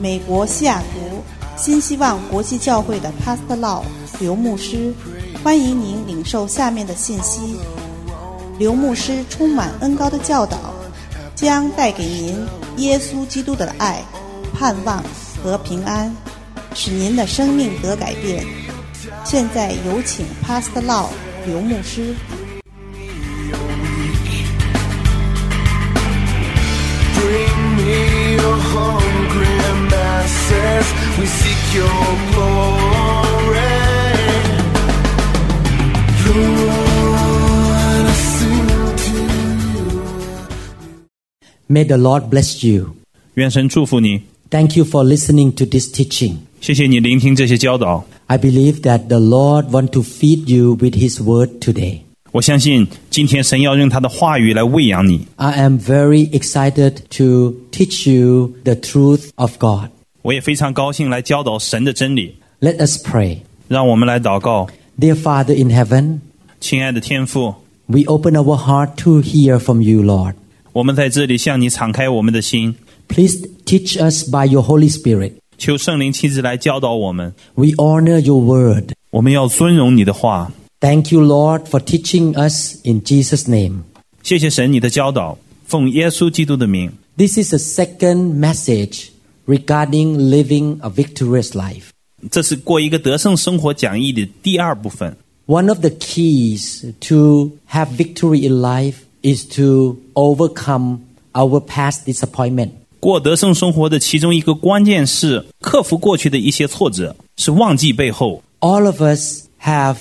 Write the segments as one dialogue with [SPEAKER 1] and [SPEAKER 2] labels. [SPEAKER 1] 美国西雅图新希望国际教会的 Pastor Law 刘牧师，欢迎您领受下面的信息。刘牧师充满恩高的教导，将带给您耶稣基督的爱、盼望和平安，使您的生命得改变。现在有请 Pastor Law 刘牧师。
[SPEAKER 2] Bring me your hungry masses. We seek your glory. Lord, I sing to you.
[SPEAKER 3] May the Lord bless you.
[SPEAKER 4] 愿神祝福你，
[SPEAKER 3] Thank you for listening to this teaching.
[SPEAKER 4] 谢谢你聆听这些教导。
[SPEAKER 3] I believe that the Lord want to feed you with his word today.
[SPEAKER 4] 我相信今天神要用他的话语来喂养你。
[SPEAKER 3] I am very excited to teach you the truth of God.
[SPEAKER 4] 我也非常高兴来教导神的真理。
[SPEAKER 3] Let us pray.
[SPEAKER 4] 让我们来祷告，
[SPEAKER 3] Dear Father in heaven,
[SPEAKER 4] 亲爱的天父，
[SPEAKER 3] we open our heart to hear from you, Lord.
[SPEAKER 4] 我们在这里向你敞开我们的心，
[SPEAKER 3] Please teach us by your Holy Spirit.
[SPEAKER 4] 求圣灵亲自来教导我们。
[SPEAKER 3] We honor your word.
[SPEAKER 4] 我们要尊荣你的话。
[SPEAKER 3] Thank you, Lord, for teaching us in Jesus' name.
[SPEAKER 4] 谢谢神你的教导，奉耶稣基督的名。
[SPEAKER 3] This is the second message regarding living a victorious life.
[SPEAKER 4] 这是过一个得胜生活讲义的第二部分。
[SPEAKER 3] One of the keys to have victory in life is to overcome our past disappointment.
[SPEAKER 4] 过得胜生活的其中一个关键是克服过去的一些挫折，是忘记背后。
[SPEAKER 3] All of us have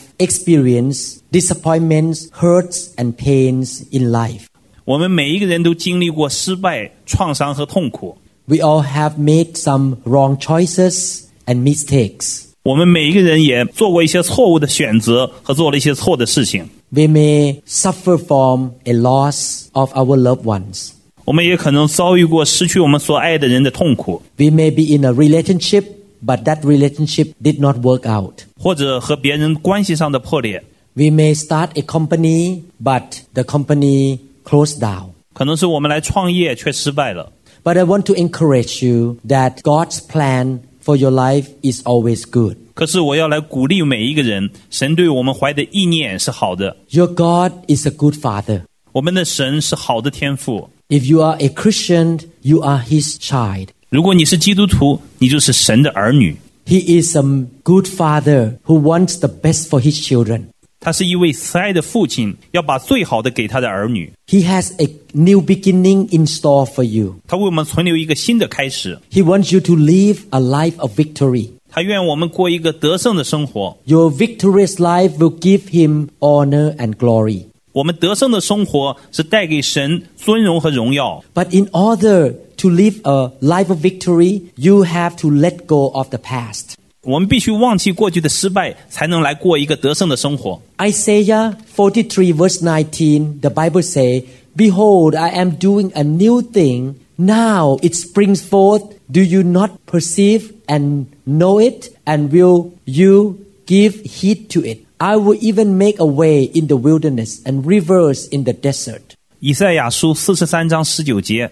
[SPEAKER 3] experienced disappointments, hurts, and pains in life.
[SPEAKER 4] 我们每一个人都经历过失败、创伤和痛苦，
[SPEAKER 3] We all have made some wrong choices and mistakes.
[SPEAKER 4] 我们每一个人也做过一些错误的选择和做了一些错的事情。
[SPEAKER 3] We may suffer from a loss of our loved ones.
[SPEAKER 4] 我们也可能遭遇过失去我们所爱的人的痛苦，
[SPEAKER 3] We may be in a relationship, but that relationship did not work out.
[SPEAKER 4] 或者和别人关系上的破裂，
[SPEAKER 3] We may start a company, but the company closed down.
[SPEAKER 4] 可能是我们来创业却失败了。
[SPEAKER 3] But I want to encourage you that God's plan for your life is always good.
[SPEAKER 4] 可是我要来鼓励每一个人，神对我们怀的意念是好的，
[SPEAKER 3] Your God is a good father.
[SPEAKER 4] 我们的神是好的天赋。
[SPEAKER 3] If you are a Christian, you are his child.
[SPEAKER 4] 如果你是基督徒，你就是神的儿女。
[SPEAKER 3] He is a good father who wants the best for his children.
[SPEAKER 4] 他是一位慈爱的父亲，要把最好的给他的儿女。
[SPEAKER 3] He has a new beginning in store for you.
[SPEAKER 4] 他为我们存留一个新的开始，
[SPEAKER 3] He wants you to live a life of victory.
[SPEAKER 4] 他愿我们过一个得胜的生活。
[SPEAKER 3] Your victorious life will give him honor and glory.
[SPEAKER 4] 我们得胜的生活是带给神尊荣和荣耀。
[SPEAKER 3] But in order to live a life of victory, you have to let go of the past.
[SPEAKER 4] 我们必须忘记过去的失败，才能来过一个得胜的生活。
[SPEAKER 3] Isaiah 43 verse 19, the Bible say, Behold, I am doing a new thing. Now it springs forth. Do you not perceive and know it? And will you give heed to it? I will even make a way in the wilderness and rivers in the desert.
[SPEAKER 4] 以赛亚书四十三章十九节：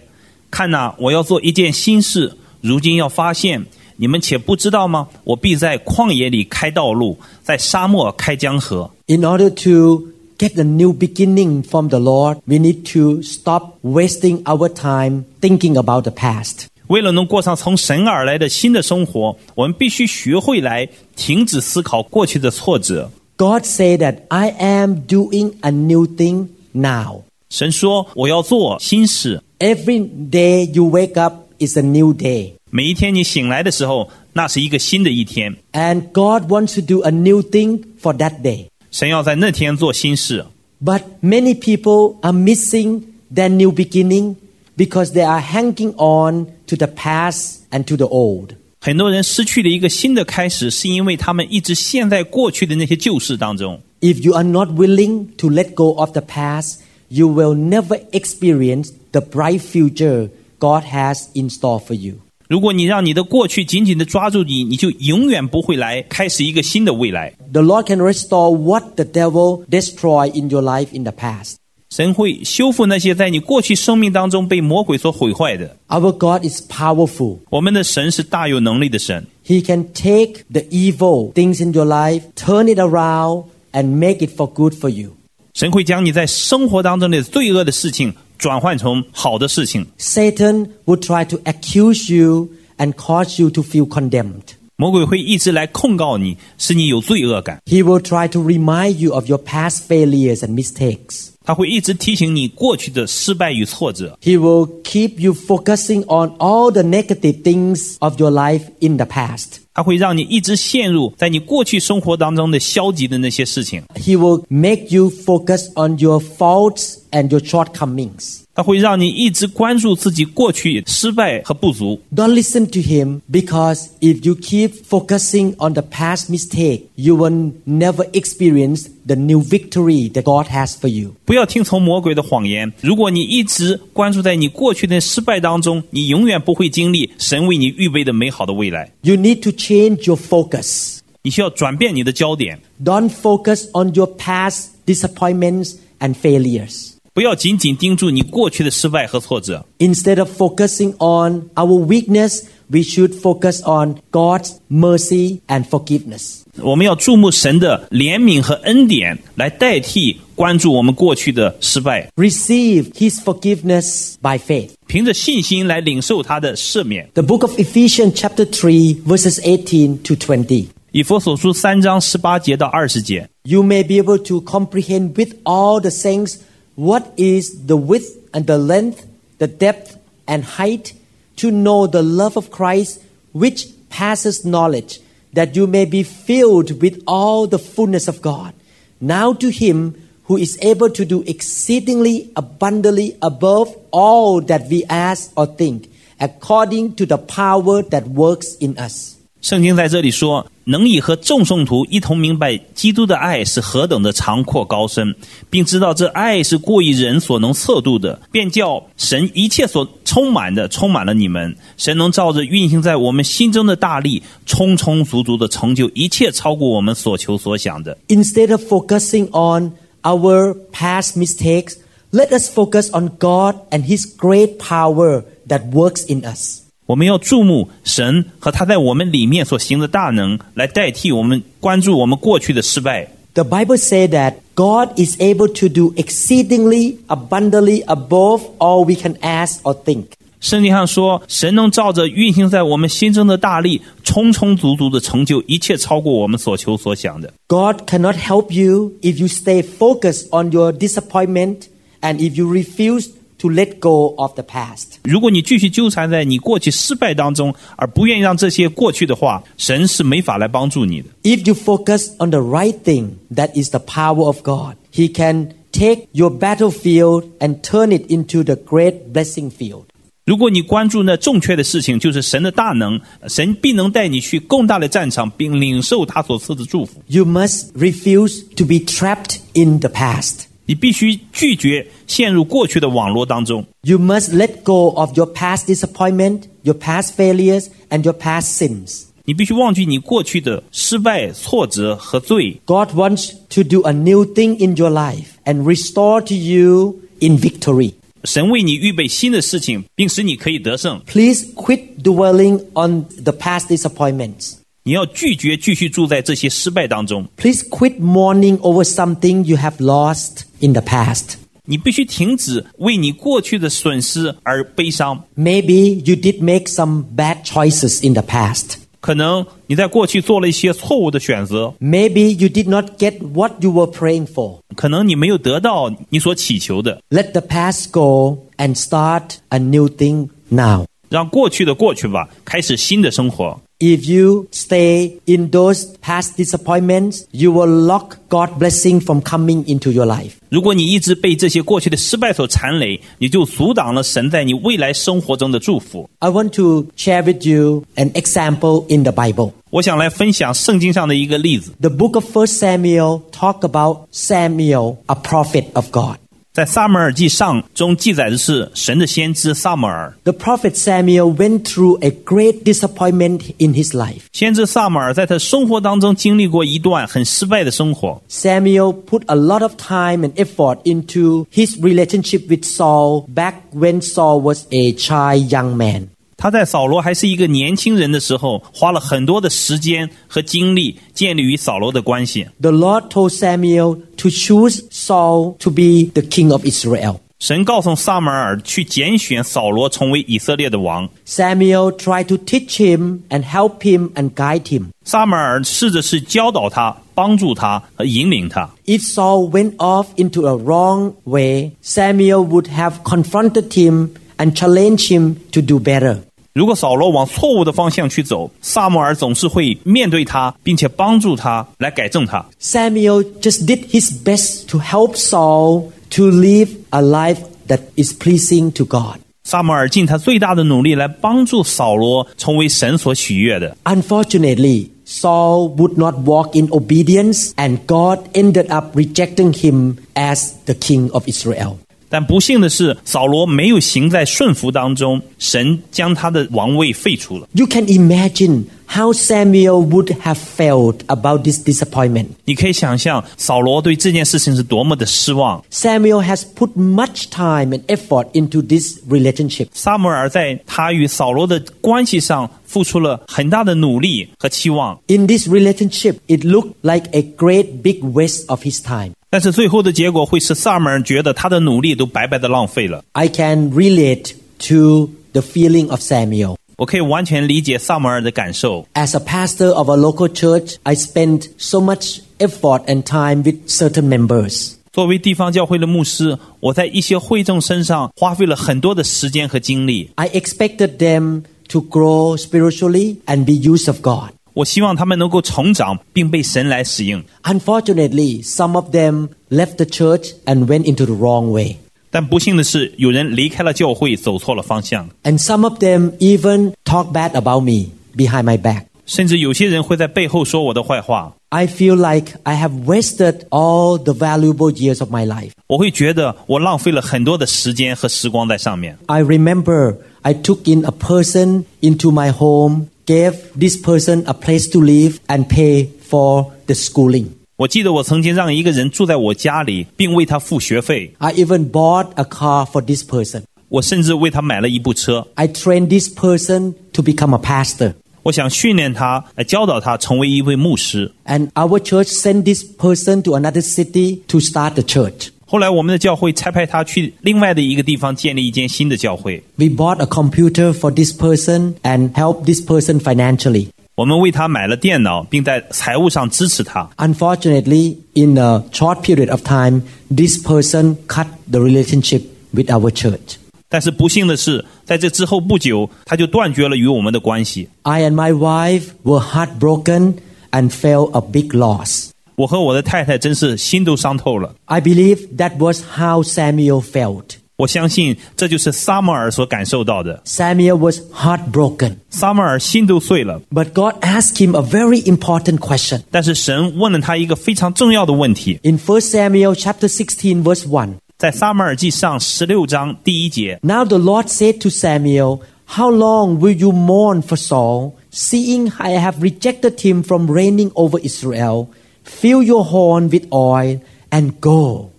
[SPEAKER 4] 看哪、我要做一件新事，如今要发现，你们且不知道吗？我必在旷野里开道路，在沙漠开江河。
[SPEAKER 3] In order to get a new beginning from the Lord, we need to stop wasting our time thinking about the past.
[SPEAKER 4] 为了能过上从神而来的新的生活，我们必须学会来停止思考过去的挫折。
[SPEAKER 3] God said that I am doing a new thing now.
[SPEAKER 4] 神说：“我要做新事。
[SPEAKER 3] Every day you wake up is a new day. ”
[SPEAKER 4] 每一天你醒来的时候，那是一个新的一天。
[SPEAKER 3] And God wants to do a new thing for that day.
[SPEAKER 4] 神要在那天做新事。
[SPEAKER 3] But many people are missing their new beginning because they are hanging on to the past and to the old.
[SPEAKER 4] 很多人失去了一个新的开始，是因为他们一直陷在过去的那些旧事当中。
[SPEAKER 3] If you are not willing to let go of the past, you will never experience the bright future God has in store for you.
[SPEAKER 4] 如果你让你的过去紧紧地抓住你，你就永远不会来开始一个新的未来。
[SPEAKER 3] The Lord can restore what the devil destroyed in your life in the past.
[SPEAKER 4] 神会修复那些在你过去生命当中被魔鬼所毁坏的。
[SPEAKER 3] Our God is powerful.
[SPEAKER 4] 我们的神是大有能力的神，
[SPEAKER 3] He can take the evil things in your life, turn it around, and make it for good for you.
[SPEAKER 4] 神会将你在生活当中的罪恶的事情转换成好的事情。
[SPEAKER 3] Satan will try to accuse you and cause you to feel condemned.
[SPEAKER 4] 魔鬼会一直来控告你，使你有罪恶感。
[SPEAKER 3] He will try to remind you of your past failures and mistakes.
[SPEAKER 4] 他会一直提醒你过去的失败与挫折，
[SPEAKER 3] He will keep you focusing on all the negative things of your life in the past.
[SPEAKER 4] 他会让你一直陷入在你过去生活当中的消极的那些事情，
[SPEAKER 3] He will make you focus on your faults and your shortcomings.
[SPEAKER 4] 他会让你一直关注自己过去失败和不足。
[SPEAKER 3] Don't listen to him because if you keep focusing on the past mistake, you will never experience the new victory that God has for you.
[SPEAKER 4] 不要听从魔鬼的谎言。如果你一直关注在你过去的失败当中，你永远不会经历神为你预备的美好的未来。
[SPEAKER 3] You need to change your focus.
[SPEAKER 4] 你需要转变你的焦点，
[SPEAKER 3] Don't focus on your past disappointments and failures.
[SPEAKER 4] 不要紧紧盯住你过去的失败和挫折。
[SPEAKER 3] Instead of focusing on our weakness, we should focus on God's mercy and forgiveness.
[SPEAKER 4] 我们要注目神的怜悯和恩典，来代替关注我们过去的失败，
[SPEAKER 3] Receive His forgiveness by faith.
[SPEAKER 4] 凭着信心来领受他的赦免。
[SPEAKER 3] The book of Ephesians, chapter 3, verses 18 to 20.
[SPEAKER 4] 以佛所书三章十八节到二十节，
[SPEAKER 3] You may be able to comprehend with all the saints what is the width and the length, the depth and height, to know the love of Christ which passes knowledge, that you may be filled with all the fullness of God. Now to Him who is able to do exceedingly abundantly above all that we ask or think, according to the power that works in us.
[SPEAKER 4] 圣经在这里说，能以和众圣徒一同明白基督的爱是何等的长阔高深，并知道这爱是过于人所能测度的，便叫神一切所充满的充满了你们。神能照着运行在我们心中的大力，充充足足的成就一切超过我们所求所想的。
[SPEAKER 3] Instead of focusing on our past mistakes, let us focus on God and His great power that works in us.
[SPEAKER 4] 我们要注目神和他在我们里面所行的大能，来代替我们关注我们过去的失败。
[SPEAKER 3] The Bible says that God is able to do exceedingly abundantly above all we can ask or think.
[SPEAKER 4] 圣经上说，神能照着运行在我们心中的大力，充充足足的成就一切超过我们所求所想的。
[SPEAKER 3] God cannot help you if you stay focused on your disappointment and if you refuse to let go of the past.
[SPEAKER 4] 如果你继续纠缠在你过去失败当中，而不愿意让这些过去的话，神是没法来帮助你的。
[SPEAKER 3] If you focus on the right thing, that is the power of God. He can take your battlefield and turn it into the great blessing field.
[SPEAKER 4] 如果你关注那正确的事情，就是神的大能，神必能带你去更大的战场，并领受他所赐的祝福。
[SPEAKER 3] You must refuse to be trapped in the past.
[SPEAKER 4] 你必须拒绝陷入过去的网络当中，
[SPEAKER 3] You must let go of your past disappointment, your past failures, and your past sins.
[SPEAKER 4] 你必须忘记你过去的失败、挫折和罪，
[SPEAKER 3] God wants to do a new thing in your life and restore to you in victory.
[SPEAKER 4] 神为你预备新的事情，并使你可以得胜。
[SPEAKER 3] Please quit dwelling on the past disappointments.
[SPEAKER 4] 你要拒绝继续住在这些失败当中，
[SPEAKER 3] Please quit mourning over something you have lost in the past.
[SPEAKER 4] 你必须停止为你过去的损失而悲伤。
[SPEAKER 3] Maybe you did make some bad choices in the past.
[SPEAKER 4] 可能你在过去做了一些错误的选择，
[SPEAKER 3] Maybe you did not get what you were praying for.
[SPEAKER 4] 可能你没有得到你所祈求的。
[SPEAKER 3] Let the past go and start a new thing now.
[SPEAKER 4] 让过去的过去吧，开始新的生活。
[SPEAKER 3] If you stay in those past disappointments, you will lock God's blessing from coming into your life.
[SPEAKER 4] 如果你一直被这些过去的失败所缠累，你就阻挡了神在你未来生活中的祝福。
[SPEAKER 3] I want to share with you an example in the Bible.
[SPEAKER 4] 我想来分享圣经上的一个例子。
[SPEAKER 3] The book of 1 Samuel talk about Samuel, a prophet of God.
[SPEAKER 4] 在撒母耳记上中记载的是神的先知撒母耳，
[SPEAKER 3] The prophet Samuel went through a great disappointment in his life.
[SPEAKER 4] 先知撒母耳在他生活当中经历过一段很失败的生活。
[SPEAKER 3] Samuel put a lot of time and effort into his relationship with Saul back when Saul was a child young man.
[SPEAKER 4] 他在扫罗还是一个年轻人的时候，花了很多的时间和精力建立与扫罗的关系。
[SPEAKER 3] The Lord told Samuel to choose Saul to be the king of Israel.
[SPEAKER 4] 神告诉撒母耳去拣选扫罗成为以色列的王。
[SPEAKER 3] Samuel tried to teach him and help him and guide him.
[SPEAKER 4] 撒母耳试着是教导他、帮助他和引领他。
[SPEAKER 3] If Saul went off into a wrong way, Samuel would have confronted him and challenged him to do better.
[SPEAKER 4] 如果扫罗往错误的方向去走，撒母耳总是会面对他，并且帮助他来改正他。
[SPEAKER 3] Samuel just did his best to help Saul to live a life that is pleasing to God.
[SPEAKER 4] 撒母耳尽他最大的努力来帮助扫罗成为神所喜悦的。
[SPEAKER 3] Unfortunately, Saul would not walk in obedience, and God ended up rejecting him as the king of Israel.
[SPEAKER 4] 但不幸的是，扫罗没有行在顺服当中，神将他的王位废除了。
[SPEAKER 3] You can imagine how Samuel would have felt about this disappointment.
[SPEAKER 4] 你可以想象，扫罗对这件事情是多么的失望。
[SPEAKER 3] Samuel has put much time and effort into this relationship.
[SPEAKER 4] 撒母耳在他与扫罗的关系上付出了很大的努力和期望，
[SPEAKER 3] In this relationship, it looked like a great big waste of his time.
[SPEAKER 4] 但是最后的结果会使萨母尔觉得他的努力都白白的浪费了。
[SPEAKER 3] I can relate to the feeling of Samuel.
[SPEAKER 4] 我可以完全理解萨母尔的感受。
[SPEAKER 3] As a pastor of a local church, I spend so much effort and time with certain members.
[SPEAKER 4] 作为地方教会的牧师，我在一些会众身上花费了很多的时间和精力。
[SPEAKER 3] I expected them to grow spiritually and be used of God.
[SPEAKER 4] 我希望他们能够成长，并被神来使用。
[SPEAKER 3] Unfortunately, some of them left the church and went into the wrong way.
[SPEAKER 4] 但不幸的是，有人离开了教会，走错了方向。
[SPEAKER 3] And some of them even talk bad about me behind my back.
[SPEAKER 4] 甚至有些人会在背后说我的坏话。
[SPEAKER 3] I feel like I have wasted all the valuable years of my life.
[SPEAKER 4] 我会觉得我浪费了很多的时间和时光在上面。
[SPEAKER 3] I remember I took in a person into my home, gave this person a place to live, and pay for the schooling.
[SPEAKER 4] 我记得我曾经让一个人住在我家里，并为他付学费。
[SPEAKER 3] I even bought a car for this person.
[SPEAKER 4] 我甚至为他买了一部车。
[SPEAKER 3] I trained this person to become a pastor.
[SPEAKER 4] 我想训练他，来教导他成为一位牧师。
[SPEAKER 3] And our church sent this person to another city to start the church.
[SPEAKER 4] 后来，我们的教会差派他去另外的一个地方建立一间新的教会。
[SPEAKER 3] We bought a computer for this person and helped this person financially.
[SPEAKER 4] 我们为他买了电脑，并在财务上支持他。
[SPEAKER 3] Unfortunately, in a short period of time, this person cut the relationship with our church.
[SPEAKER 4] 但是不幸的是，在这之后不久，他就断绝了与我们的关系。
[SPEAKER 3] I and my wife were heartbroken and felt a big loss.
[SPEAKER 4] 我和我的太太真是心都伤透了。
[SPEAKER 3] I believe that was how Samuel felt.
[SPEAKER 4] 我相信这就是撒母耳所感受到的。
[SPEAKER 3] Samuel was heartbroken.
[SPEAKER 4] 撒母耳心都碎了，
[SPEAKER 3] But God asked him a very important question.
[SPEAKER 4] 但是神问了他一个非常重要的问题，
[SPEAKER 3] In 1 Samuel chapter 16 verse 1,
[SPEAKER 4] 在撒母耳记上十六章第一节，
[SPEAKER 3] Now the Lord said to Samuel, How long will you mourn for Saul, seeing I have rejected him from reigning over Israel? Fill your horn with oil and go.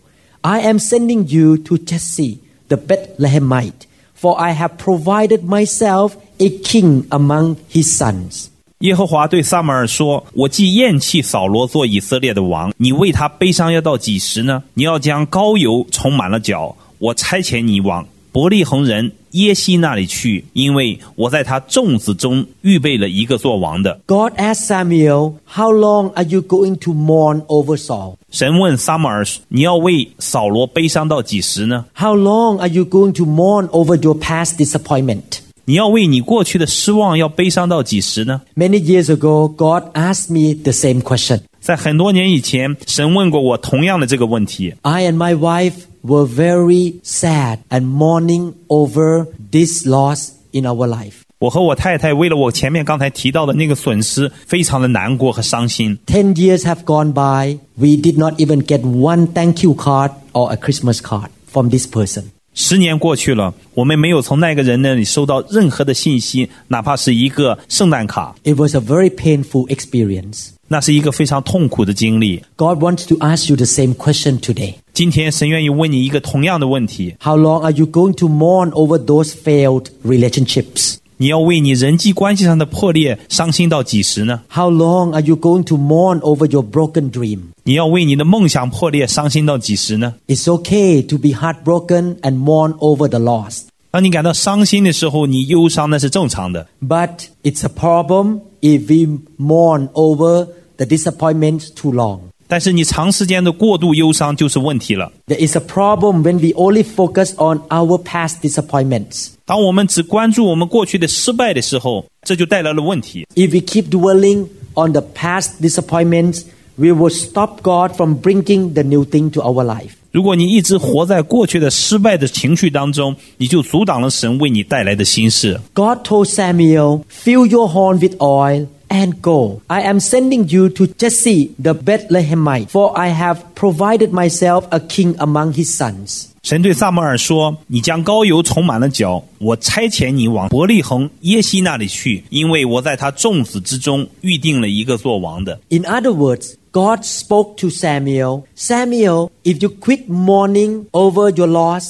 [SPEAKER 3] I am sending you to Jesse the Bethlehemite, for I have provided myself a king among his sons.
[SPEAKER 4] 耶和华对撒母耳说：“我既厌弃扫罗做以色列的王，你为他悲伤要到几时呢？你要将膏油充满了脚，我差遣你往伯利恒人耶西那里去，因为我在他众子中预备了一个做王的。”
[SPEAKER 3] God asked Samuel, How long are you going to mourn over Saul?
[SPEAKER 4] 神问撒母耳：“你要为扫罗悲伤到几时呢？
[SPEAKER 3] How long are you going to mourn over your past disappointment?
[SPEAKER 4] 你要为你过去的失望要悲伤到几时呢
[SPEAKER 3] Many years ago, God asked me the same question.？”
[SPEAKER 4] 在很多年以前，神问过我同样的这个问题。
[SPEAKER 3] I and my wife were very sad and mourning over this loss in our life.
[SPEAKER 4] 我和我太太为了我前面刚才提到的那个损失，非常的难过和伤心。
[SPEAKER 3] Ten years have gone by. We did not even get one thank you card or a Christmas card. from this person.
[SPEAKER 4] 十年过去了，我们没有从那个人那里收到任何的信息，哪怕是一个圣诞卡。
[SPEAKER 3] It was a very painful experience.
[SPEAKER 4] 那是一个非常痛苦的经历。
[SPEAKER 3] God wants to ask you the same question today.
[SPEAKER 4] 今天神愿意问你一个同样的问题：
[SPEAKER 3] How long are you going to mourn over those failed relationships?
[SPEAKER 4] 你要为你人际关系上的破裂伤心到几时呢？
[SPEAKER 3] How long are you going to mourn over your broken dream?
[SPEAKER 4] 你要为你的梦想破裂伤心到几时呢？
[SPEAKER 3] It's okay to be heartbroken and mourn over the loss.
[SPEAKER 4] 当你感到伤心的时候，你忧伤那是正常的。
[SPEAKER 3] But it's a problem if we mourn over the disappointment too long.
[SPEAKER 4] 但是你长时间的过度忧伤就是问题了。
[SPEAKER 3] There is a problem when we only focus on our past disappointments.
[SPEAKER 4] 当我们只关注我们过去的失败的时候，这就带来了问题。
[SPEAKER 3] If we keep dwelling on the past disappointments, we will stop God from bringing the new thing to our life.
[SPEAKER 4] 如果你一直活在过去的失败的情绪当中，你就阻挡了神为你带来的心事。
[SPEAKER 3] God told Samuel, Fill your horn with oil and go. I am sending you to Jesse the Bethlehemite, for I have provided myself a king among his sons.
[SPEAKER 4] 神对撒母耳说：“你将膏油充满了脚，我差遣你往伯利恒耶西那里去，因为我在他众子之中预定了一个做王的。
[SPEAKER 3] In other words, God spoke to Samuel Samuel, if you quit mourning over your loss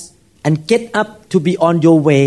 [SPEAKER 3] and get up to be on your way,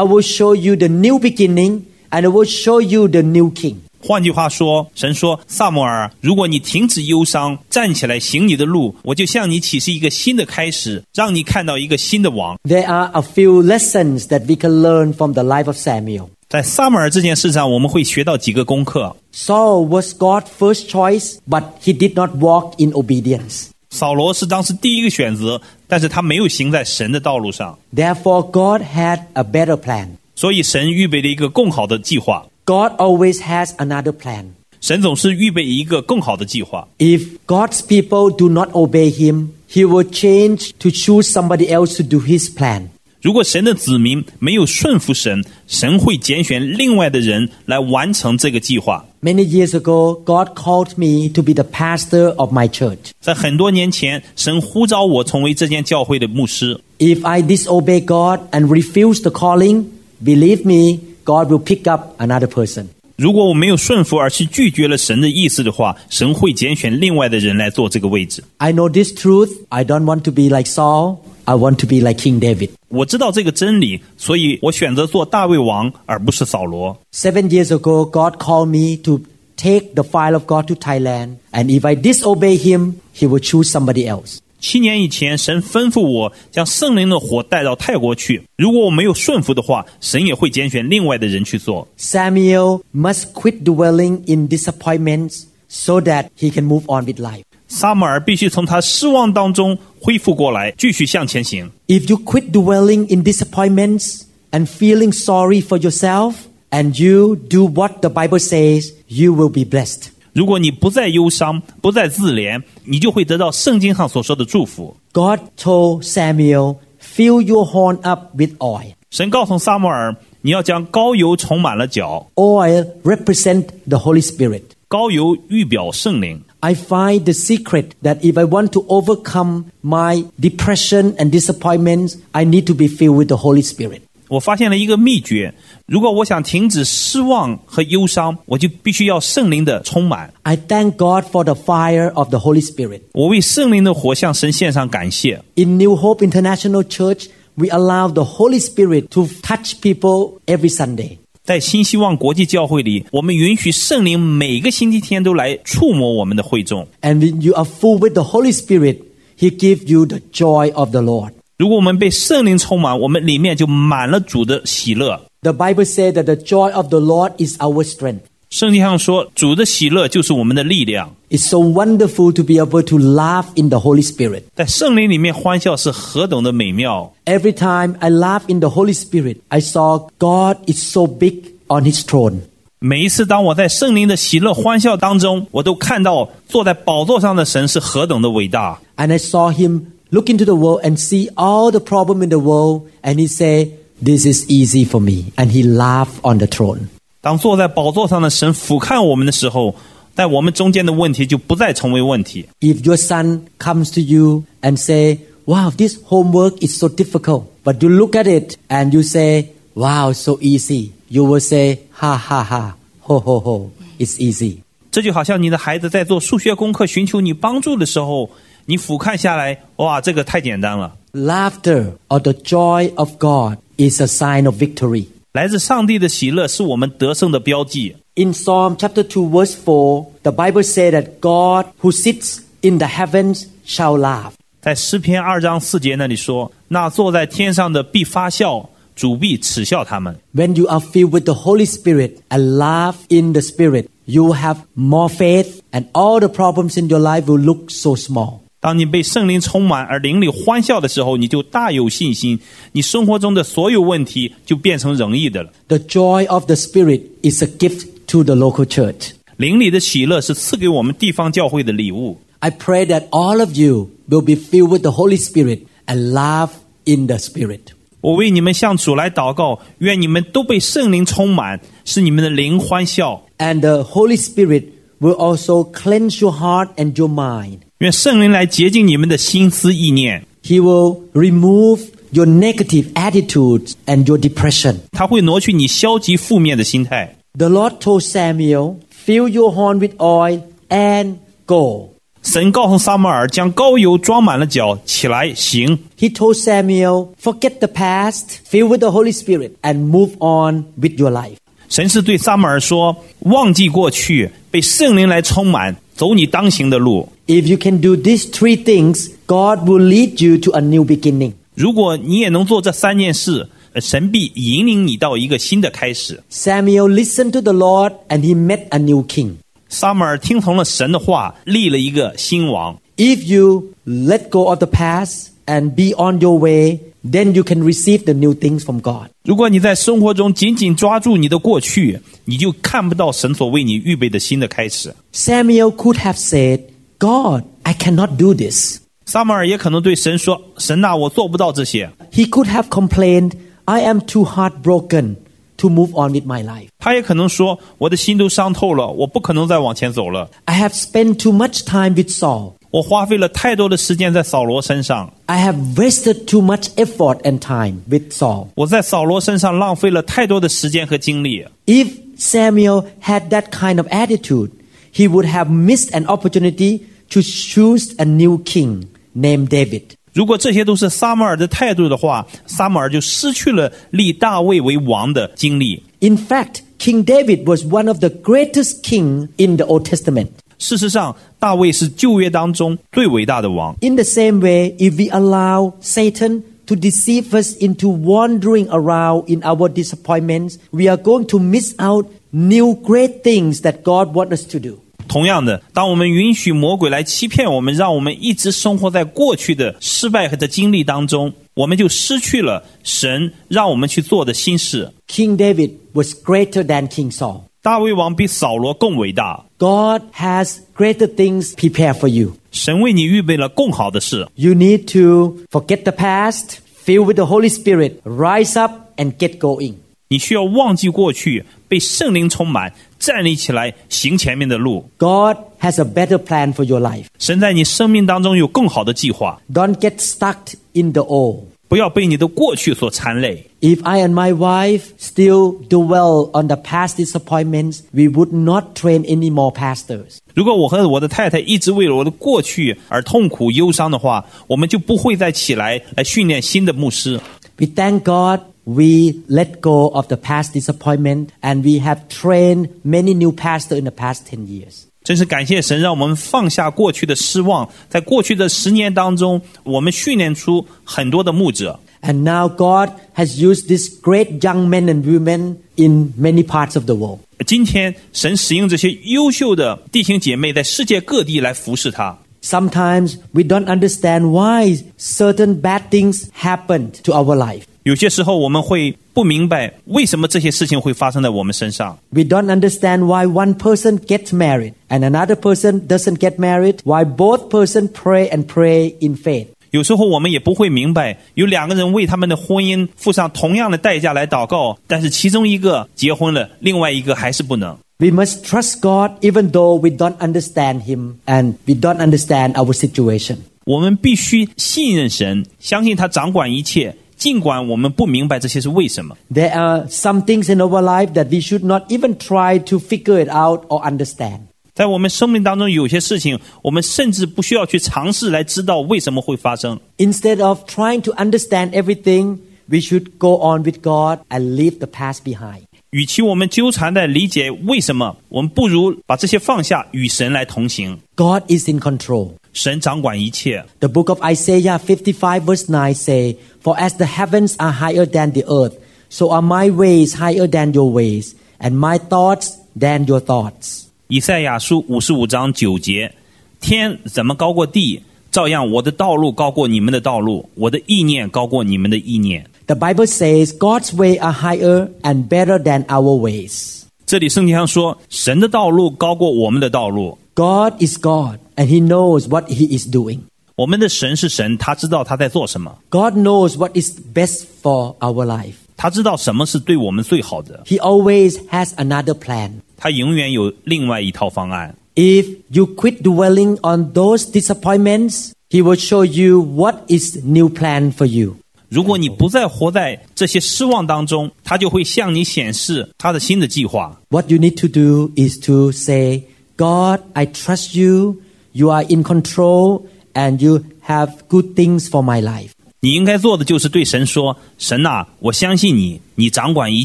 [SPEAKER 3] I will show you the new beginning and I will show you the new king. ”
[SPEAKER 4] 换句话说，神说：“撒母耳，如果你停止忧伤，站起来行你的路，我就向你启示一个新的开始，让你看到一个新的王。
[SPEAKER 3] There are a few lessons that we can learn from the life of Samuel. ”
[SPEAKER 4] 在撒母耳这件事上，我们会学到几个功课。
[SPEAKER 3] Saul was God's first choice, but he did not walk in obedience.
[SPEAKER 4] 扫罗是当时第一个选择，但是他没有行在神的道路上，
[SPEAKER 3] Therefore, God had a better plan.
[SPEAKER 4] 所以神预备了一个更好的计划。
[SPEAKER 3] God always has another plan.
[SPEAKER 4] 神总是预备一个更好的计划。
[SPEAKER 3] If God's people do not obey him, he will change to choose somebody else to do his plan.
[SPEAKER 4] 如果神的子民没有顺服神，神会拣选另外的人来完成这个计划。
[SPEAKER 3] Many years ago, God called me to be the pastor of my church.
[SPEAKER 4] 在很多年前，神呼召我成为这间教会的牧师。
[SPEAKER 3] If I disobey God and refuse the calling, believe me, God will pick up another person.
[SPEAKER 4] 如果我没有顺服，而是拒绝了神的意思的话，神会拣选另外的人来做这个位置。
[SPEAKER 3] I know this truth. I don't want to be like Saul. I want to be like King David.
[SPEAKER 4] 我知道这个真理，所以我选择做大卫王，而不是扫罗。
[SPEAKER 3] Seven years ago, God called me to take the file of God to Thailand, and if I disobey Him, He will choose somebody else.
[SPEAKER 4] 七年以前，神吩咐我将圣灵的火带到泰国去。如果我没有顺服的话，神也会拣选另外的人去做。
[SPEAKER 3] Samuel must quit dwelling in disappointments so that he can move on with life.
[SPEAKER 4] 撒母耳必须从他失望当中恢复过来，继续向前行。
[SPEAKER 3] If you quit dwelling in disappointments and feeling sorry for yourself, and you do what the Bible says, you will be blessed.
[SPEAKER 4] 如果你不再忧伤，不再自怜，你就会得到圣经上所说的祝福。
[SPEAKER 3] God told Samuel, Fill your horn up with oil.
[SPEAKER 4] 神告诉撒母耳，你要将膏油充满了脚，
[SPEAKER 3] Oil represents the Holy Spirit.
[SPEAKER 4] 膏油预表圣灵。
[SPEAKER 3] I find the secret that if I want to overcome my depression and disappointments, I need to be filled with the Holy Spirit.
[SPEAKER 4] 我发现了一个秘诀：如果我想停止失望和忧伤，我就必须要圣灵的充满。
[SPEAKER 3] I thank God for the fire of the Holy Spirit.
[SPEAKER 4] 我为圣灵的火向神献上感谢。
[SPEAKER 3] In New Hope International Church, we allow the Holy Spirit to touch people every Sunday.
[SPEAKER 4] 在新希望国际教会里，我们允许圣灵每个星期天都来触摸我们的会众。
[SPEAKER 3] And when you are full with the Holy Spirit, He gives you the joy of the Lord.
[SPEAKER 4] 如果我们被圣灵充满，我们里面就满了主的喜乐。
[SPEAKER 3] The Bible says that the joy of the Lord is our strength.
[SPEAKER 4] 圣经上说，主的喜乐就是我们的力量。
[SPEAKER 3] It's so wonderful to be able to laugh in the Holy Spirit.
[SPEAKER 4] 在圣灵里面欢笑是何等的美妙！
[SPEAKER 3] Every time I laugh in the Holy Spirit, I saw God is so big on his throne.
[SPEAKER 4] 每一次当我在圣灵的喜乐欢笑当中，我都看到坐在宝座上的神是何等的伟大。
[SPEAKER 3] And I saw him look into the world and see all the problem in the world and he say, "This is easy for me." And he laughed on the throne.
[SPEAKER 4] 当坐在宝座上的神俯瞰我们的时候，在我们中间的问题就不再成为问题。
[SPEAKER 3] If your son comes to you and say, wow, this homework is so difficult. But you look at it and you say, wow, so easy. You will say, ha ha ha, ho ho ho, it's easy.
[SPEAKER 4] 这就好像你的孩子在做数学功课，寻求你帮助的时候，你俯瞰下来，哇，这个太简单了。
[SPEAKER 3] Laughter or the joy of God is a sign of victory.
[SPEAKER 4] 来自上帝的喜乐是我们得胜的标记。
[SPEAKER 3] In Psalm chapter 2 verse 4, the Bible says that God who sits in the heavens shall laugh.
[SPEAKER 4] 在诗篇二章四节那里说：“那坐在天上的必发笑，主必耻笑他们。
[SPEAKER 3] When you are filled with the Holy Spirit and laugh in the Spirit, you have more faith and all the problems in your life will look so small. ”
[SPEAKER 4] 当你被圣灵充满而灵里欢笑的时候，你就大有信心，你生活中的所有问题就变成容易的了。
[SPEAKER 3] The joy of the Spirit is a gift to the local church.
[SPEAKER 4] 灵里的喜乐是赐给我们地方教会的礼物。
[SPEAKER 3] I pray that all of you will be filled with the Holy Spirit and laugh in the Spirit.
[SPEAKER 4] 我为你们向主来祷告，愿你们都被圣灵充满，使你们的灵欢笑。
[SPEAKER 3] And the Holy Spirit will also cleanse your heart and your mind.
[SPEAKER 4] 愿圣灵来洁净你们的心思意念，
[SPEAKER 3] He will remove your negative attitudes and your depression.
[SPEAKER 4] 他会挪去你消极负面的心态。
[SPEAKER 3] The Lord told Samuel, Fill your horn with oil and go.
[SPEAKER 4] 神告诉撒母耳，将高油装满了脚，起来行。
[SPEAKER 3] He told Samuel, Forget the past, fill with the Holy Spirit, and move on with your life.
[SPEAKER 4] 神是对撒母耳说：“忘记过去，被圣灵来充满，走你当行的路。
[SPEAKER 3] If you can do these three things, God will lead you to a new beginning.
[SPEAKER 4] 如果你也能做这三件事，呃神必引领你到一个新的开始。
[SPEAKER 3] Samuel listened to the Lord and he met a new king. ”
[SPEAKER 4] 撒母耳听从了神的话，立了一个新王。
[SPEAKER 3] If you let go of the past and be on your way, then you can receive the new things from God.
[SPEAKER 4] 如果你在生活中紧紧抓住你的过去，你就看不到神所为你预备的新的开始。
[SPEAKER 3] Samuel could have said, God, I cannot do this.
[SPEAKER 4] 撒母耳也可能对神说：“神呐、我做不到这些。
[SPEAKER 3] He could have complained, I am too heartbroken to move on with my life. ”
[SPEAKER 4] 他也可能说：“我的心都伤透了，我不可能再往前走了。
[SPEAKER 3] I have spent too much time with Saul.
[SPEAKER 4] 我花费了太多的时间在扫罗身上，
[SPEAKER 3] I have wasted too much effort and time with Saul.
[SPEAKER 4] 我在扫罗身上浪费了太多的时间和精力。
[SPEAKER 3] If Samuel had that kind of attitude, he would have missed an opportunity to choose a new king named David. ”
[SPEAKER 4] 如果这些都是撒母耳的态度的话，撒母耳就失去了立大卫为王的经历。
[SPEAKER 3] In fact, King David was one of the greatest king in the Old Testament.
[SPEAKER 4] 事实上，大卫是旧约当中最伟大的王。
[SPEAKER 3] In the same way, if we allow Satan to deceive us into wandering around in our disappointments, we are going to miss out new great things that God wants us to do.
[SPEAKER 4] 同样的，当我们允许魔鬼来欺骗我们，让我们一直生活在过去的失败和的经历当中，我们就失去了神让我们去做的心事。
[SPEAKER 3] King David was greater than King Saul.
[SPEAKER 4] 大卫王比扫罗更伟大，
[SPEAKER 3] God has greater things prepared for you.
[SPEAKER 4] 神为你预备了更好的事。
[SPEAKER 3] You need to forget the past, fill with the Holy Spirit, rise up and get going.
[SPEAKER 4] 你需要忘记过去，被圣灵充满，站立起来，行前面的路。
[SPEAKER 3] God has a better plan for your life.
[SPEAKER 4] 神在你生命当中有更好的计划，
[SPEAKER 3] Don't get stuck in the old.
[SPEAKER 4] 不要被你的过去所缠累。
[SPEAKER 3] If I and my wife still dwell on the past disappointments, we would not train any more pastors.
[SPEAKER 4] 如果我和我的太太一直为了我的过去而痛苦忧伤的话，我们就不会再起来来训练新的牧师。
[SPEAKER 3] We thank God we let go of the past disappointment and we have trained many new pastors in the past 10 years.
[SPEAKER 4] 真是感谢神，让我们放下过去的失望。在过去的十年当中，我们训练出很多的牧者。
[SPEAKER 3] And now God has used these great young men and women in many parts of the world.
[SPEAKER 4] 今天，神使用这些优秀的弟兄姐妹在世界各地来服侍他。
[SPEAKER 3] Sometimes we don't understand why certain bad things happened to our life.
[SPEAKER 4] 有些时候，我们会不明白为什么这些事情会发生在我们身上。
[SPEAKER 3] We don't understand why one person gets married and another person doesn't get married, why both person pray and pray in faith.
[SPEAKER 4] 有时候，我们也不会明白，有两个人为他们的婚姻付上同样的代价来祷告，但是其中一个结婚了，另外一个还是不能。
[SPEAKER 3] We must trust God even though we don't understand him and we don't understand our situation.
[SPEAKER 4] 我们必须信任神，相信他掌管一切，尽管我们不明白这些是为什么。
[SPEAKER 3] There are some things in our life that we should not even try to figure it out or understand.
[SPEAKER 4] 在我们生命当中，有些事情我们甚至不需要去尝试来知道为什么会发生。
[SPEAKER 3] Instead of trying to understand everything, we should go on with God and leave the past behind.
[SPEAKER 4] 与其我们纠缠在理解为什么，我们不如把这些放下，与神来同行。
[SPEAKER 3] God is in control.
[SPEAKER 4] 神掌管一切。
[SPEAKER 3] The book of Isaiah 55 verse 9 say, For as the heavens are higher than the earth, so are my ways higher than your ways, and my thoughts than your thoughts.
[SPEAKER 4] 以赛亚书五十五章九节：天怎么高过地，照样我的道路高过你们的道路，我的意念高过你们的意念。
[SPEAKER 3] The Bible says God's ways are higher and better than our ways.
[SPEAKER 4] 这里圣经上说，神的道路高过我们的道路。
[SPEAKER 3] God is God and he knows what he is doing.
[SPEAKER 4] 我们的神是神，他知道他在做什么，
[SPEAKER 3] God knows what is best for our life.
[SPEAKER 4] 他知道什么是对我们最好的，
[SPEAKER 3] He always has another plan.
[SPEAKER 4] 他永远有另外一套方案。
[SPEAKER 3] If you quit dwelling on those disappointments, he will show you what is new plan for you.
[SPEAKER 4] 如果你不再活在这些失望当中，他就会向你显示他的新的计划。
[SPEAKER 3] What you need to do is to say, God, I trust you. You are in control and you have good things for my life.
[SPEAKER 4] 你应该做的就是对神说：“神呐、我相信你，你掌管一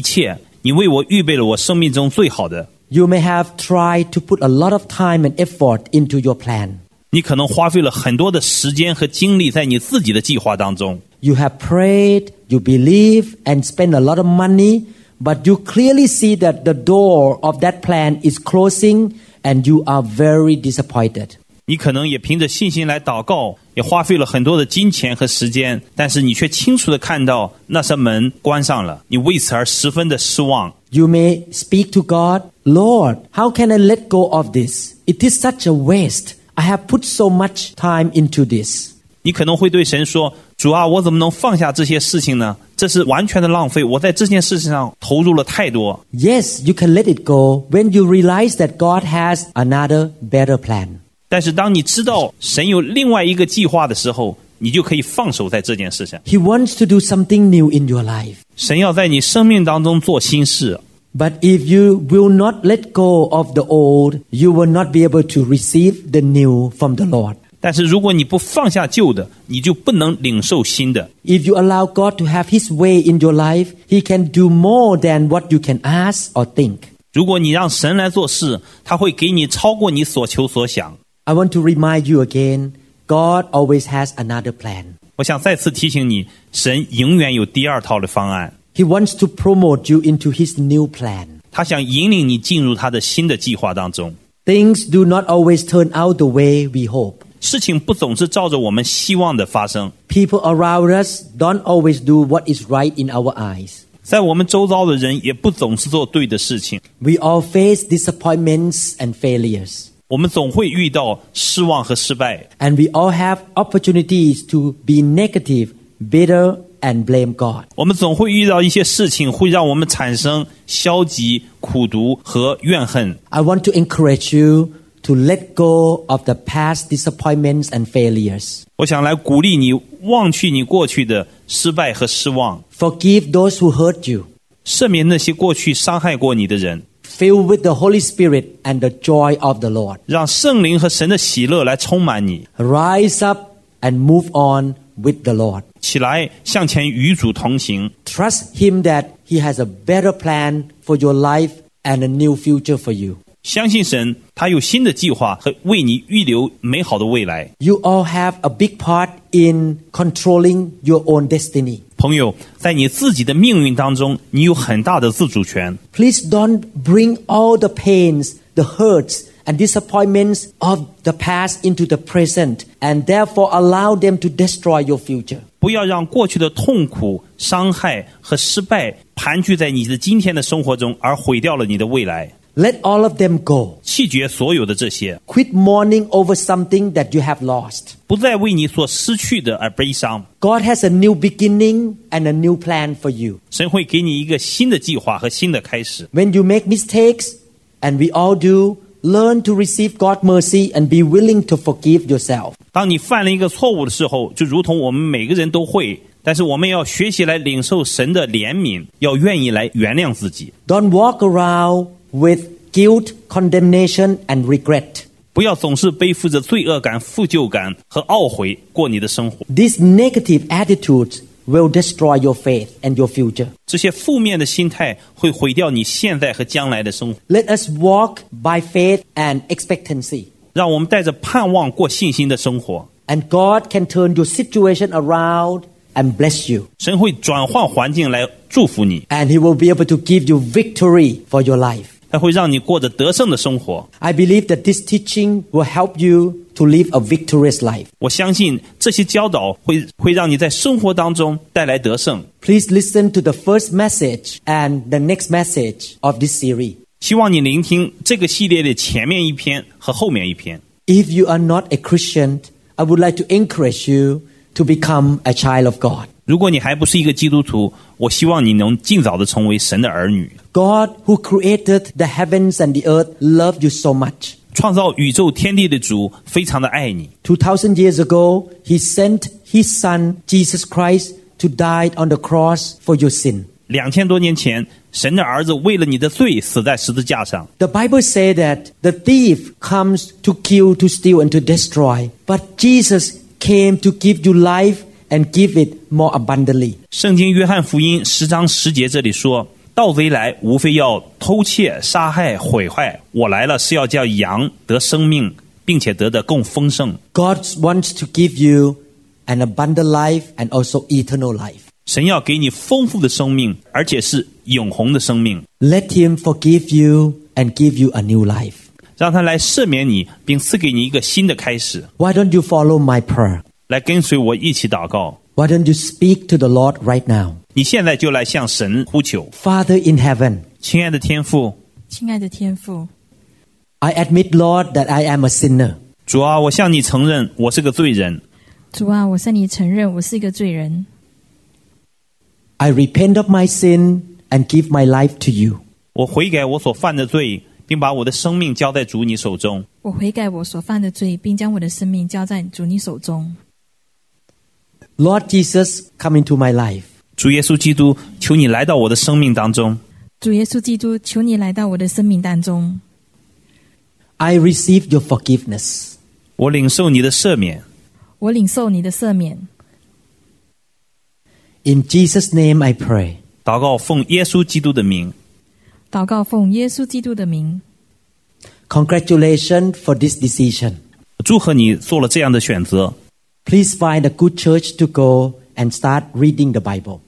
[SPEAKER 4] 切，你为我预备了我生命中最好的。
[SPEAKER 3] You may have tried to put a lot of time and effort into your plan.
[SPEAKER 4] 你可能花费了很多的时间和精力在你自己的计划当中，
[SPEAKER 3] You have prayed, you believe, and spent a lot of money, but you clearly see that the door of that plan is closing and you are very disappointed.
[SPEAKER 4] 你可能也凭着信心来祷告，也花费了很多的金钱和时间，但是你却清楚的看到那扇门关上了，你为此而十分的失望。
[SPEAKER 3] You may speak to God, Lord, how can I let go of this? It is such a waste. I have put so much time into this.
[SPEAKER 4] 你可能会对神说：“主啊，我怎么能放下这些事情呢？这是完全的浪费，我在这件事情上投入了太多。”
[SPEAKER 3] Yes, you can let it go when you realize that God has another better plan.
[SPEAKER 4] 但是当你知道神有另外一个计划的时候，你就可以放手在这件事上。
[SPEAKER 3] He wants to do something new in your life.
[SPEAKER 4] 神要在你生命当中做新事，
[SPEAKER 3] But if you will not let go of the old, you will not be able to receive the new from the Lord.
[SPEAKER 4] 但是如果你不放下旧的，你就不能领受新的。
[SPEAKER 3] If you allow God to have His way in your life, He can do more than what you can ask or think.
[SPEAKER 4] 如果你让神来做事，他会给你超过你所求所想。
[SPEAKER 3] I want to remind you again God always has another plan.
[SPEAKER 4] 我想再次提醒你，神永远有第二套的方案，
[SPEAKER 3] He wants to promote you into His new plan.
[SPEAKER 4] 他想引领你进入他的新的计划当中。
[SPEAKER 3] Things do not always turn out the way we hope.
[SPEAKER 4] 事情不总是照着我们希望的发生，
[SPEAKER 3] People around us don't always do what is right in our eyes.
[SPEAKER 4] 在我们周遭的人也不总是做对的事情。
[SPEAKER 3] We all face disappointments and failures.
[SPEAKER 4] 我们总会遇到失望和失败，
[SPEAKER 3] And we all have opportunities to be negative, bitter, and blame God.
[SPEAKER 4] 我们总会遇到一些事情会让我们产生消极、苦毒和怨恨。
[SPEAKER 3] I want to encourage you to let go of the past disappointments and failures.
[SPEAKER 4] 我想来鼓励你，忘去你过去的失败和失望，
[SPEAKER 3] Forgive those who hurt you.
[SPEAKER 4] 赦免那些过去伤害过你的人，
[SPEAKER 3] Fill with the Holy Spirit and the joy of the Lord.
[SPEAKER 4] 让圣灵和神的喜乐来充满你。
[SPEAKER 3] Rise up and move on with the Lord.
[SPEAKER 4] 起来，向前与主同行，
[SPEAKER 3] Trust Him that He has a better plan for your life and a new future for you.
[SPEAKER 4] 相信神，他有新的计划和为你预留美好的未来。
[SPEAKER 3] You all have a big part in controlling your own destiny.
[SPEAKER 4] 朋友，在你自己的命运当中，你有很大的自主权。
[SPEAKER 3] Please don't bring all the pains, the hurts, and disappointments of the past into the present and therefore allow them to destroy your future.
[SPEAKER 4] 不要让过去的痛苦、伤害和失败盘踞在你的今天的生活中，而毁掉了你的未来。
[SPEAKER 3] Let all of them go.
[SPEAKER 4] 弃绝所有的这些，
[SPEAKER 3] Quit mourning over something that you have lost.
[SPEAKER 4] 不再为你所失去的而悲伤。
[SPEAKER 3] God has a new beginning and a new plan for you.
[SPEAKER 4] 神会给你一个新的计划和新的开始。
[SPEAKER 3] When you make mistakes, and we all do, learn to receive God's mercy and be willing to forgive yourself.
[SPEAKER 4] 当你犯了一个错误的时候，就如同我们每个人都会，但是我们要学习来领受神的怜悯，要愿意来原谅自己，
[SPEAKER 3] Don't walk around with guilt, condemnation, and regret.
[SPEAKER 4] 不要总是背负着罪恶感、负疚感和懊悔过你的生活。
[SPEAKER 3] These negative attitudes will destroy your faith and your future.
[SPEAKER 4] 这些负面的心态会毁掉你现在和将来的生活。
[SPEAKER 3] Let us walk by faith and expectancy.
[SPEAKER 4] 让我们带着盼望过信心的生活，
[SPEAKER 3] And God can turn your situation around and bless you.
[SPEAKER 4] 神会转换环境来祝福你，
[SPEAKER 3] And He will be able to give you victory for your life.
[SPEAKER 4] 他会让你过着得胜的生活。
[SPEAKER 3] I believe that this teaching will help you to live a victorious life.
[SPEAKER 4] 我相信这些教导会会让你在生活当中带来得胜。
[SPEAKER 3] Please listen to the first message and the next message of this series.
[SPEAKER 4] 希望你聆听这个系列的前面一篇和后面一篇。
[SPEAKER 3] If you are not a Christian, I would like to encourage you to become a child of God.
[SPEAKER 4] 如果你还不是一个基督徒，我希望你能尽早的成为神的儿女。
[SPEAKER 3] God, who created the heavens and the earth, loved you so much.
[SPEAKER 4] 创造宇宙天地的主非常的爱你。
[SPEAKER 3] 2,000 years ago, He sent His Son, Jesus Christ, to die on the cross for your sin.
[SPEAKER 4] 两千多年前，神的儿子为了你的罪死在十字架上。
[SPEAKER 3] The Bible says that the thief comes to kill, to steal, and to destroy. But Jesus came to give you life and give it more abundantly.
[SPEAKER 4] 圣经约翰福音十章十节这里说：“盗贼来，无非要偷窃、杀害、毁坏。我来了，是要叫羊得生命，并且得的更丰盛。
[SPEAKER 3] God wants to give you an abundant life and also eternal life.
[SPEAKER 4] 神要给你丰富的生命，而且是永恒的生命。
[SPEAKER 3] Let Him forgive you and give you a new life.
[SPEAKER 4] 让他来赦免你，并赐给你一个新的开始。
[SPEAKER 3] Why don't you follow my prayer?
[SPEAKER 4] 来跟随我一起祷告。
[SPEAKER 3] Why don't you speak to the Lord right now?
[SPEAKER 4] 你现在就来向神呼求，
[SPEAKER 3] Father in heaven,
[SPEAKER 4] 亲爱的天父，
[SPEAKER 5] 亲爱的天父，
[SPEAKER 3] I admit, Lord, that I am a sinner.
[SPEAKER 4] 主啊，我向你承认我是个罪人，
[SPEAKER 5] 主啊，我向你承认我是一个罪人，
[SPEAKER 3] I repent of my sin and give my life to you.
[SPEAKER 4] 我悔改我所犯的罪，并把我的生命交在主你手中。
[SPEAKER 5] 我悔改我所犯的罪，并将我的生命交在主你手中。
[SPEAKER 3] Lord Jesus, come into my life.
[SPEAKER 4] 主耶稣基督，求你来到我的生命当中，
[SPEAKER 5] 主耶稣基督，求你来到我的生命当中，
[SPEAKER 3] I receive your forgiveness.
[SPEAKER 4] 我领受你的赦免，
[SPEAKER 5] 我领受你的赦免。
[SPEAKER 3] In Jesus' name I pray.
[SPEAKER 4] 祷告奉耶稣基督的名，
[SPEAKER 5] 祷告奉耶稣基督的名，
[SPEAKER 3] Congratulations for this decision.
[SPEAKER 4] 祝贺你做了这样的选择，
[SPEAKER 3] Please find a good church to go and start reading the Bible.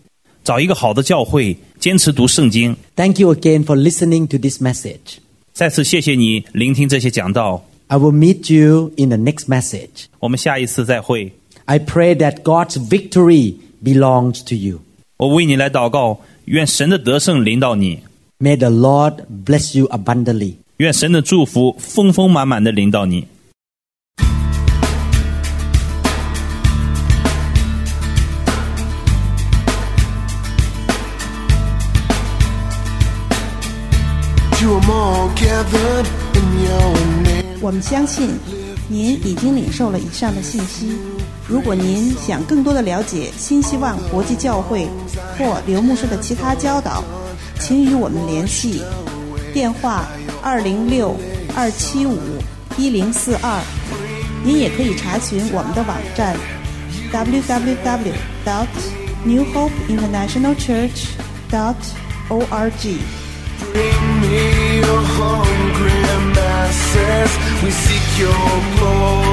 [SPEAKER 4] 找一个好的教会，坚持读圣经。
[SPEAKER 3] Thank you again for listening to this message.
[SPEAKER 4] 再次谢谢你聆听这些讲道，
[SPEAKER 3] I will meet you in the next message.
[SPEAKER 4] 我们下一次再会。
[SPEAKER 3] I pray that God's victory belongs to you.
[SPEAKER 4] 我为你来祷告，愿神的得胜临到你，
[SPEAKER 3] May the Lord bless you abundantly.
[SPEAKER 4] 愿神的祝福丰丰满满的临到你。
[SPEAKER 2] to 'em all gathered in your name.
[SPEAKER 1] 我们相信您已经领受了以上的信息。如果您想更多的了解新希望国际教会或刘牧师的其他教导，请与我们联系，电话二零六二七五一零四二。您也可以查询我们的网站 www. dot New Hope International Church. dot org.
[SPEAKER 2] Bring me your hungry masses. We seek your glory.